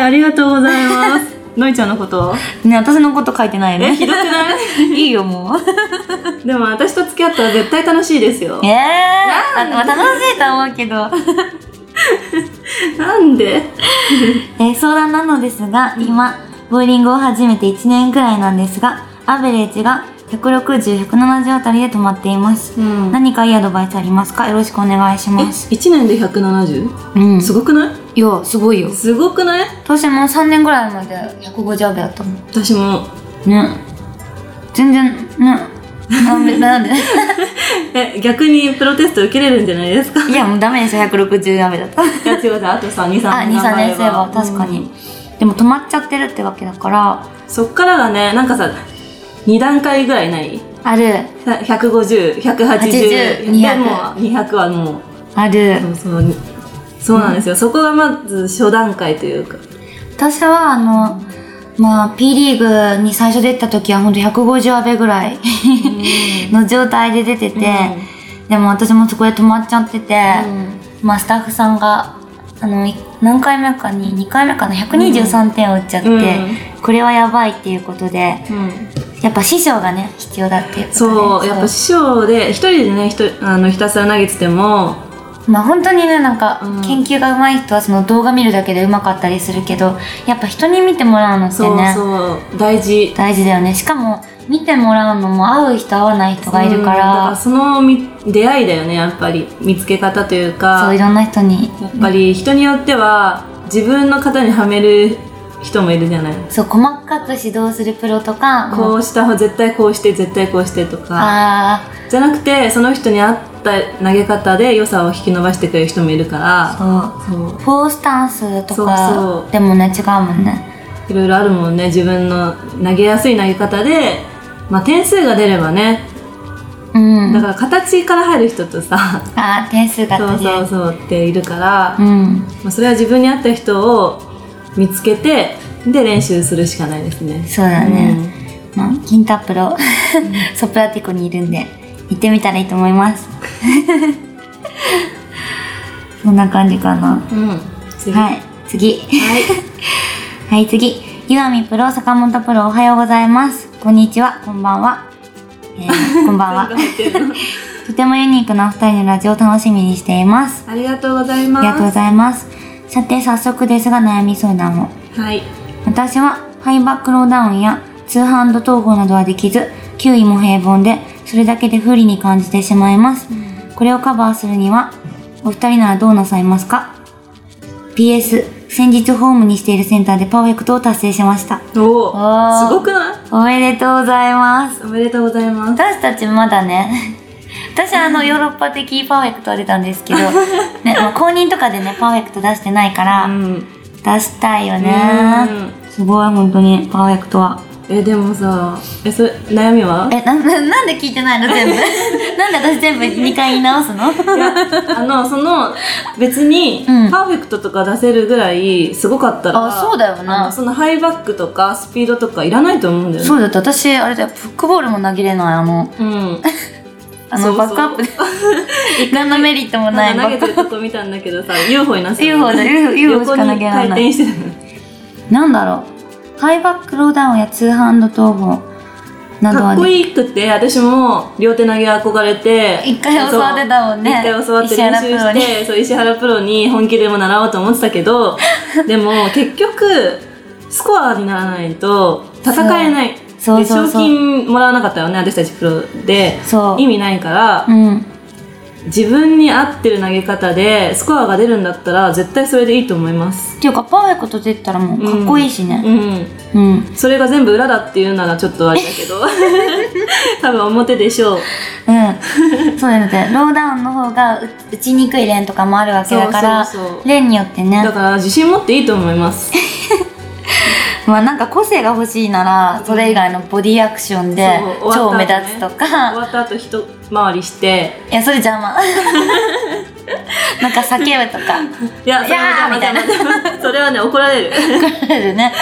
B: ー、ありがとうございます
A: <laughs>
B: のいちゃんのこと
A: ね、私のこと書いてない
B: え
A: ね。
B: ひどくない
A: <laughs> いいよ、もう。
B: でも私と付き合ったら絶対楽しいですよ
A: ええー、まあ楽しいと思うけど。 <laughs>
B: なんで
A: えー相談なのですが、今、ボーリングを始めて1年くらいなんですが、アベレージが160、170あたりで止まっています。
B: うん
A: 何かいいアドバイスありますかよろしくお願いし
B: え
A: ます。
B: 1年で 170?
A: うん。
B: すごくない
A: いや、すごいよ。
B: すごくない
A: 私もう3年くらいまで150アベだったもん。
B: 私も
A: ね。全然、ね。ダメ、ダ <laughs> メ。
B: え逆にプロテスト受けれるんじゃ <laughs> ないですか
A: いや、もうダメですよ、160アベだ <laughs> った。
B: いや違う違うあとさ23
A: あ、2、
B: 年
A: 3年生は
B: うん
A: 確かに。でも止まっちゃってるってわけだから、
B: そっからがねなんかさ2段階ぐらいない
A: ある、
B: さ
A: 80
B: 150180でも200はもう
A: ある。
B: そうそうにそうなんですよ、そこがまず初段階というか
A: 私はあの、まあ、P リーグに最初出た時は本当150アベぐらい <laughs> の状態で出てて、でも私もそこで止まっちゃってて、まあ、スタッフさんがあのい何回目かに2回目かな123点を打っちゃって、
B: うん
A: これはやばいっていうことで
B: うん
A: やっぱ師匠がね必要だっていうことで
B: そうやっぱ師匠で一人でねひとあのひたすら投げてても
A: まあ本当にねなんか
B: うん
A: 研究が上手い人はその動画見るだけで上手かったりするけどやっぱ人に見てもらうのって
B: そう
A: ね
B: そう大事
A: 大事だよねしかも見てもらうのも合う人合わない人がいるか
B: うんだから
A: ら
B: そのみ出会いだよねやっぱり見つけ方というか
A: そういろんな人に
B: やっぱり人によっては自分の型にはめる人もいるじゃない
A: そう細かく指導するプロとか
B: こ
A: もう
B: うした方絶対こうして絶対こうしてとか
A: あ
B: じゃなくてその人に合った投げ方で良さを引き伸ばしてくれる人もいるから
A: あそう
B: そう
A: フォースタンスと
B: そう
A: か
B: そう
A: でもね違うもんね
B: いろいろあるもんね自分の投げやすい投げ方で、まあ、点数が出ればね
A: うん
B: だから形から入る人とさ、
A: あー点数が
B: そう
A: 取れ
B: そう
A: る
B: そうっているから、
A: うん
B: まあ、それは自分に合った人を見つけてで練習するしかないですね。
A: そうだね、まあ、キンタプロソプラティコにいるんで行ってみたらいいと思います
B: <laughs>
A: そんな感じかな
B: うん、うん、次
A: はい次
B: はい
A: はい次岩見プロ坂本プロおはようございますこんにちはこんばんは、えーこんばんは
B: 全部入ってるの
A: とてもユニークなお二人のラジオを楽しみにしています
B: ありがとうござい
A: ありがとう
B: ま
A: ございますさて早速ですが悩み相談を
B: す。はい。
A: 私はハイバックローダウンや通販と統合などはできず9位も平凡でそれだけで不利に感じてしまいます、これをカバーするにはお二人ならどうなさいますか PS 先日ホームにしているセンターでパーフェクトを達成しました
B: お
A: ー
B: お、すごくない？
A: おめでとうございます
B: おめでとうございます。
A: 私たちまだね <laughs> 私はあのヨーロッパ的パーフェクトは出たんです <laughs> けど、ね、まあ公認とかでねパーフェクト出してないから、
B: うん。
A: 出したいよねすごい本当にパーフェクトは
B: えでもさ、えそれ悩みは？
A: えな <laughs> ななんで聞いてないの全 <laughs> 部なんで私全部2回言い直すの
B: あのその別に
A: うん
B: パーフェクトとか出せるぐらいすごかったら、
A: あそうだよね
B: あのそのハイバックとかスピードとかいらないと思うんだよね
A: そうだって私あれだよフックボールも投げれないあの
B: う、ん、
A: あの
B: そうそう
A: バックアップ <laughs> で何のメリットもな
B: ないんか投げてるとこ見たんだけどさ UFO になってた
A: UFO だ UFO しか投げられない
B: 横に回転してたの
A: なんだろうハイバックローダウンや通販の投法など
B: か
A: は
B: っこいいくて私も両手投げ憧れて
A: 一回教わってたもんね
B: そう一回教わって
A: 石原プ
B: 練習
A: ロ
B: し
A: に
B: てそう石原プロに本気でも習おうと思ってたけ
A: <laughs>
B: どでも結局スコアにならないと戦えない
A: そう
B: で
A: そうそうそう
B: 賞金もらわなかったよね私たちプロで
A: そう
B: 意味ないから、
A: うん
B: 自分に合ってる投げ方でスコアが出るんだったら絶対それでいいと思います
A: っていうかパーフェクト出てたらもうかっこいいしね
B: う
A: う
B: ん
A: ん、
B: それが全部裏だっていうならちょっとあれだけ
A: <laughs>
B: ど多分表でしょ
A: う
B: う
A: ん、そうだよねローダウンの方がう打ちにくい連とかもあるわけだから
B: そうそうそう
A: 連によってね
B: だから自信持っていいと思います
A: まあなんか個性が欲しいならそれ以外のボディアクションで
B: そう終
A: 超
B: わ
A: 目
B: った後ね
A: 立つと
B: 終
A: か、
B: わった後一回りして
A: いやそれ邪魔なんか叫ぶと
B: <laughs>
A: か
B: いやそれはね
A: いやー
B: まだまだそれはね怒られる
A: 怒られるね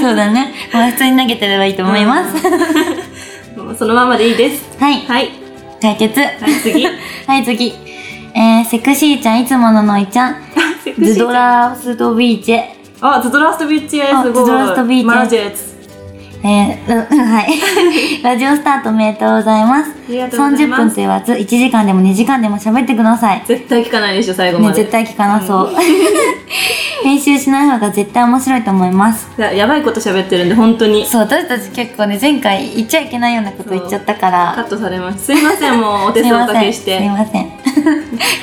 A: そうだねまあ普通に投げてればいいと思います、
B: もうそのままでいいです
A: はい
B: はい
A: 解決
B: はい次
A: はい次えー、セクシーちゃんいつもののいちゃん
B: セクシ
A: <laughs>
B: ー
A: ズドラストビーチェ
B: あズドラストビッチへ
A: あ
B: すごい
A: ズドラストビッチ
B: マジェツ
A: えー、うんうんはい
B: <laughs>
A: ラジオスタートおめでとうございます
B: ありがとうございます
A: 30分と言わず1時間でも2時間でも喋ってください
B: 絶対聞かないでしょ最後ま
A: ね、
B: で、
A: 絶対聞かなそう。 <laughs> 編集しない方が絶対面白いと思います。
B: ややばいこと喋ってるんで本当に
A: そう、私たち結構ね、前回言っちゃいけないようなこと言っちゃったか
B: カ
A: ら。
B: ットされますすいませんもうお
A: す
B: 手
A: い
B: 数お
A: ま
B: か
A: せ
B: け
A: ん。
B: し
A: すい
B: て
A: ません。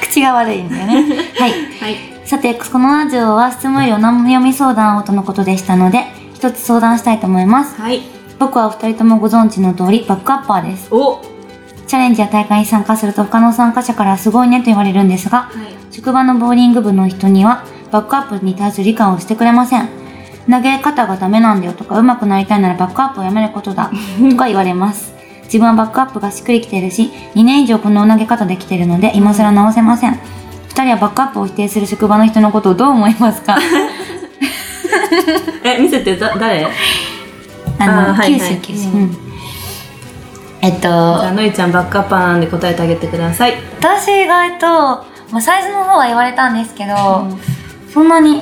A: 口が悪いんだ <laughs>
B: <laughs>
A: よね。はい。
B: はい
A: さて、このラジオは質問よりお悩み相談をとのことでしたので、一つ相談したいと思います。
B: はい
A: 僕はお二人ともご存知の通り、バックアッパーです。
B: おは
A: チャレンジや大会に参加すると他の参加者からすごいねと言われるんですが、
B: い
A: 職場のボーリング部の人にはバックアップに対する理解をしてくれません投げ方がダメなんだよとか上手くなりたいならバックアップをやめることだとか言われます自分はバックアップがしっくりきてるし2年以上この投げ方できてるので今更直せません2人はバックアップを否定する職場の人のことをどう思います
B: <laughs>
A: か
B: え見せてだ誰じ
A: あの
B: あーはい
A: 九
B: は
A: 州
B: い
A: 九州、
B: うん
A: うんえっと
B: ゃあのいちゃんバックアッパーなんで答えてあげてください
A: 私意外と、まあ、サイズの方は言われたんですけど、そんなに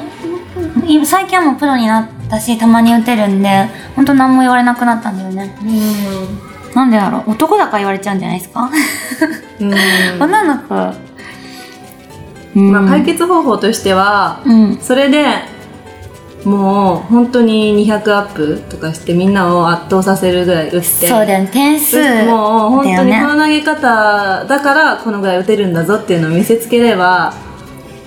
A: 今最近はもうプロになったしたまに打てるんで本当何も言われなくなったんだよね
B: う
A: なんでだろう男だから言われちゃうんじゃないですか
B: んうん
A: 女の子うん
B: まあ、解決方法としては、
A: うん
B: それでもう本当に200アップとかしてみんなを圧倒させるぐらい打って
A: そうだよね点数
B: もう本当に
A: だよ
B: こ
A: ね
B: の投げ方だからこのぐらい打てるんだぞっていうのを見せつければ、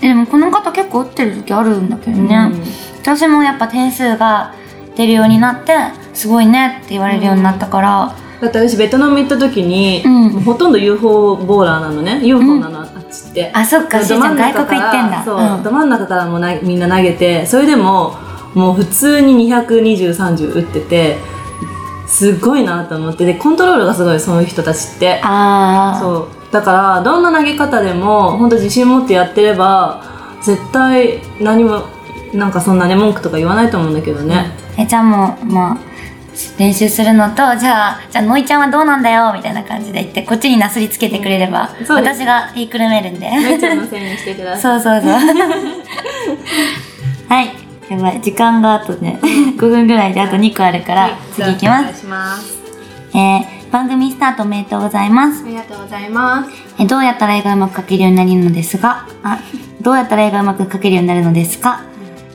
A: えでもこの方結構打ってる時あるんだけどね、
B: うん
A: 私もやっぱ点数が出るようになってすごいねって言われるようになったから、
B: だって私ベトナム行った時に、
A: うん
B: もうほとんど UFO ボーラーなのね UFO なの、あっちって
A: あそっかしーちゃん外国行ってんだ
B: そう、
A: うん
B: ど真ん中からもなみんな投げてそれでももう普通に22030打っててすごいなと思ってでコントロールがすごいそういう人たちって
A: ああ
B: そうだからどんな投げ方でも本当自信持ってやってれば絶対何もなんかそんなね文句とか言わないと思うんだけどね、
A: えちゃんもまあ練習するのとじゃあじゃあのいちゃんはどうなんだよみたいな感じで言ってこっちになすりつけてくれれば、
B: そうです
A: 私が言いくるめるんで
B: めいちゃんのせいにしてくださ
A: <laughs>
B: い
A: そう
B: <laughs>
A: そうそうはいやばい時間があとね5分ぐらいであと2個あるから、次いきます
B: すお願いします
A: えー番組スタートおめでとうございます
B: ありがとうございます。
A: えーどうやったら絵がうまく描けるようになるのですがあどうやったら絵がうまく描けるようになるのですか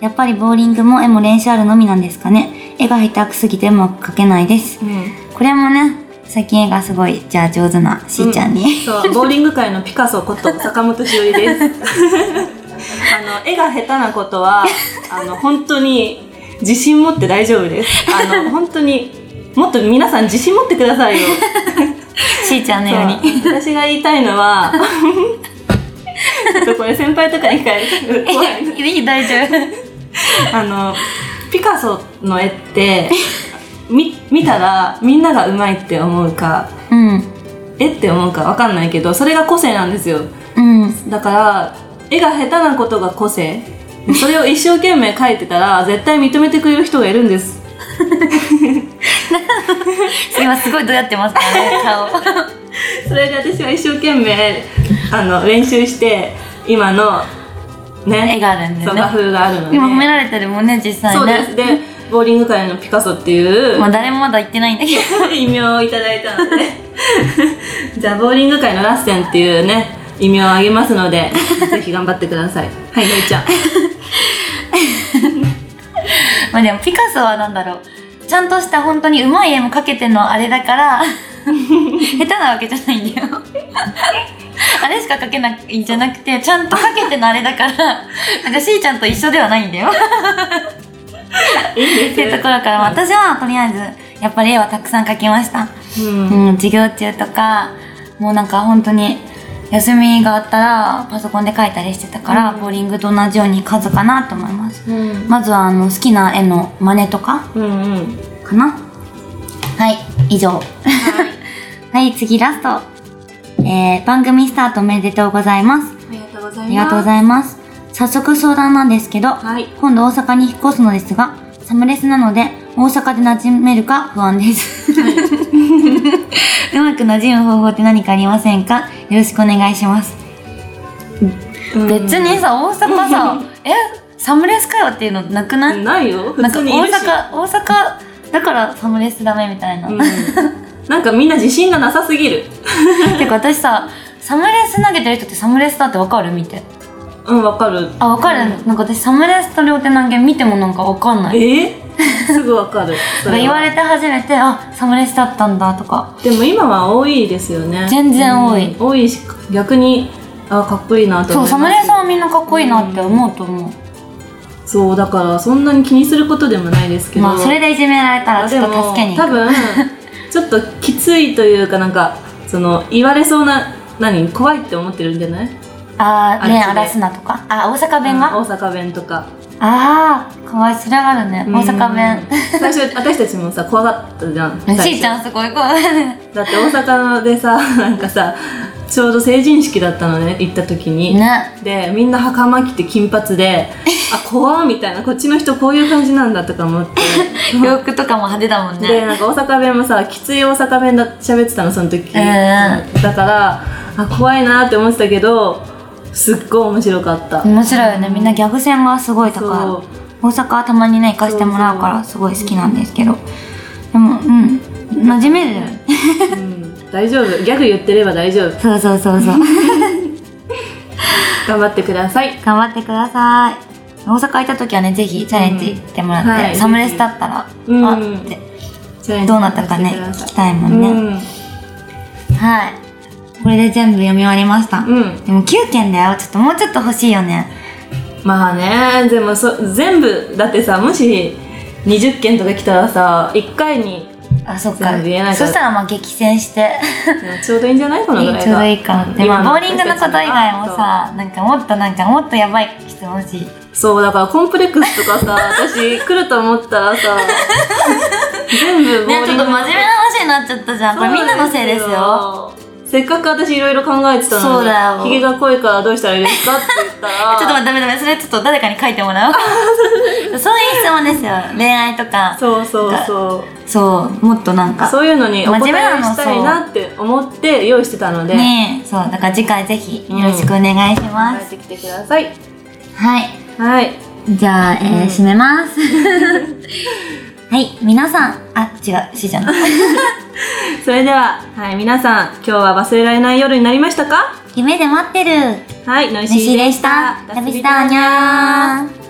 A: やっぱりボーリングも絵も練習あるのみなんですかね絵が下手くすぎてうまく描けないです
B: うん。
A: これもね最近絵がすごいじゃあ上手なしーちゃんに、
B: そう、ボーリング界のピカソこと坂本しおりです。あの、絵が下手なことは、あの、本当に自信持って大丈夫です。あの、本当に、もっと皆さん自信持ってくださいよ。
A: しーちゃんのように
B: そう私が言いたいのは、ちょっとこれ先輩とかに聞かれ怖い。
A: <laughs> 指大丈夫
B: あの、ピカソの絵って、み見たらみんながうまいって思うか、
A: うん
B: えって思うかわかんないけどそれが個性なんですよ
A: うん
B: だから絵が下手なことが個性それを一生懸命描いてたら絶対認めてくれる人がいるんです
A: 今すごいどうやってますかね顔
B: それで私は一生懸命あの練習して今のね
A: 絵があるんだ
B: そ
A: よ
B: う画
A: ね
B: 風があるので
A: 今褒められてるもんね実際ね
B: そうですでボーリング界のピカソっていう
A: まあ誰もまだ言ってないんだけど
B: 異名をいただいたので <laughs> じゃあボーリング界のラッセンっていうね異名をあげますの
A: <laughs>
B: でぜひ頑張ってくださいはいのいちゃん
A: まあでもピカソはなんだろうちゃんとした本当にうまい絵も描けてんのはあれだから下手なわけじゃないんだよあれしか描けないんじゃなくてちゃんと描けてのあれだからなんかしーちゃんと一緒ではないんだよ
B: いい
A: <laughs> っていうところから、まあ私はとりあえずやっぱり絵はたくさん描きました、
B: うん
A: うん、授業中とかもうなんか本当に休みがあったらパソコンで描いたりしてたから、ボーリングと同じように数かなと思います、
B: うん
A: まずはあの好きな絵の真似とか
B: うんうん
A: かなはい以上
B: <laughs>
A: はい次ラストえー、番組スタートおめでとうございます
B: ありがとうございます
A: ありがとうございます早速相談なんですけど、
B: はい
A: 今度大阪に引っ越すのですがサムレスなので大阪で馴染めるか不安です、 <laughs> うまく馴染む方法って何かありませんかよろしくお願いします、
B: うん
A: 別にさ大阪
B: <laughs>
A: さえサムレスかよっていうのなくない、
B: ない
A: な
B: よ普
A: んか
B: 通
A: 大
B: にいるし
A: 阪大阪だからサムレスダメみたいな、
B: うんなんかみんな自信がなさすぎる
A: てか私さサムレス投げてる人ってサムレスだってわかる見て
B: うんわかる
A: あわかる、なんか私サムレスと両手投げ見てもなんかわかんない
B: えー、すぐわか
A: <laughs>
B: る
A: とか言われて初めてあサムレスだったんだとか
B: でも今は多いですよね
A: 全然多い
B: うん多いし逆にあかっこいいなと
A: そ
B: 思
A: う
B: います
A: サムレスはみんなかっこいいなって思うと思う、
B: そうだからそんなに気にすることでもないですけど、
A: まあそれでいじめられたらちょっと助けに
B: 多
A: 行く <laughs>
B: 分ちょっときついというかなんかその言われそうな何怖いって思ってるんじゃない
A: ああ
B: あれ
A: ね
B: それ
A: 荒らすなとかあ大阪弁が、
B: うん大阪弁とか
A: ああかわいそれはあるね大阪弁
B: うん最初私たちもさ怖かったじゃん
A: しーちゃ
B: ん
A: んすごい怖いね
B: だって大阪でさなんかさちょうど成人式だったのね行った時に、でみんな袴着て金
A: <laughs>
B: 髪であ怖っみたいなこっちの人こういう感じなんだとか
A: <laughs>
B: 思って
A: 洋服とかも派手だもん
B: で
A: ね
B: なんか大阪弁もさきつい大阪弁だ喋ってたのその時、
A: え
B: だからあ怖いなって思ってたけどすっごい面白かった、
A: 面白いよねみんなギャグ線がすごい
B: そ
A: 高
B: う
A: い大阪はたまにね行かしてもらうからすごい好きなんですけどでもうん馴染めるよね
B: うん大丈夫ギャグ言ってれば大丈夫
A: そうそうそうそう
B: 頑張ってください。
A: <laughs> 頑張ってください大阪行った時はねぜひチャレンジしてもらって、
B: うんはい
A: サムレスだったら、
B: うん
A: あって
B: チャレンジ
A: どうなったかね
B: してくださ
A: 聞
B: い
A: きたいもんね、
B: うん
A: はいこれで全部読み終わりました、
B: うん
A: でも9件だよちょっともうちょっと欲しいよね
B: まあねでもそ全部だってさもし20件とか来たらさ1回に
A: あそっ
B: 全
A: か
B: 部言えないか
A: そ
B: ら
A: したらまあ激戦して
B: ちょうどいいんじゃないこのぐらいが
A: ちょう <laughs> どいいかなって、まあ、ボーリングのこと以外も
B: あ
A: さなんかもっとなんかもっとやばい質問しい
B: とそうだからコンプレックスと
A: <laughs>
B: かさ私来ると思ったらさ全部ボ
A: ね
B: ー
A: ち
B: リ
A: ょ
B: ン
A: っと
B: グ
A: 真面目な話になっちゃったじゃんこれみんなのせいですよ
B: せっかく私いろいろ考えてたのに
A: そうだよ
B: ヒゲが濃いからどうしたらいいですかって言った
A: <laughs>
B: ら
A: ちょっと待ってダメダメそれちょっと誰かに書いてもらおうそういう質問ですよ恋愛とか
B: そうそうそう
A: そうもっとなんか
B: そういうのにお答
A: 真面目な
B: え
A: の
B: したいなって思って用意してたので、
A: ねえそうだから次回ぜひよろしくお願いし
B: 考
A: ま
B: え
A: す、
B: てきてください
A: はい
B: はい
A: じゃあ、えー
B: うん
A: 締めますはい皆さんあ違うしじゃない
B: それでは、はい、皆さん今日は忘れられない夜になりましたか
A: 夢で待ってる
B: はい、のいし
A: 飯
B: ー
A: でした
B: ダ
A: 旅
B: ス
A: し
B: ビタ
A: た
B: ー
A: に
B: ニャー
A: ゃー